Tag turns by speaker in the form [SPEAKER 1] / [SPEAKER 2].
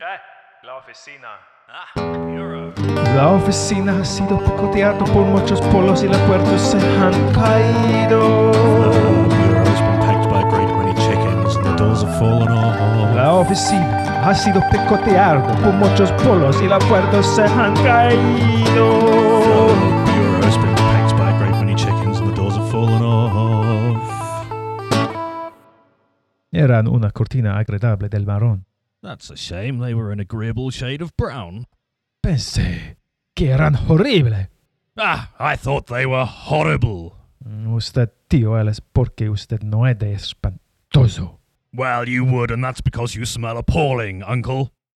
[SPEAKER 1] Eh, la oficina.
[SPEAKER 2] La oficina ha sido picoteada por muchos polos y las puertas se han caído.
[SPEAKER 3] The bureau has been packed by a great many chickens, and the doors have fallen off.
[SPEAKER 2] La oficina ha sido picoteada por muchos polos y las puertas se han
[SPEAKER 3] The
[SPEAKER 2] caído.
[SPEAKER 3] bureau has been packed by a great many chickens, and the doors have fallen off.
[SPEAKER 2] Eran una cortina agradable del marrón.
[SPEAKER 3] That's a shame. They were an agreeable shade of brown.
[SPEAKER 2] Pensé que eran horrible.
[SPEAKER 3] Ah, I thought they were horrible.
[SPEAKER 2] Usted, tío, él es porque usted no es de espantoso.
[SPEAKER 3] Well, you would, and that's because you smell appalling, Uncle.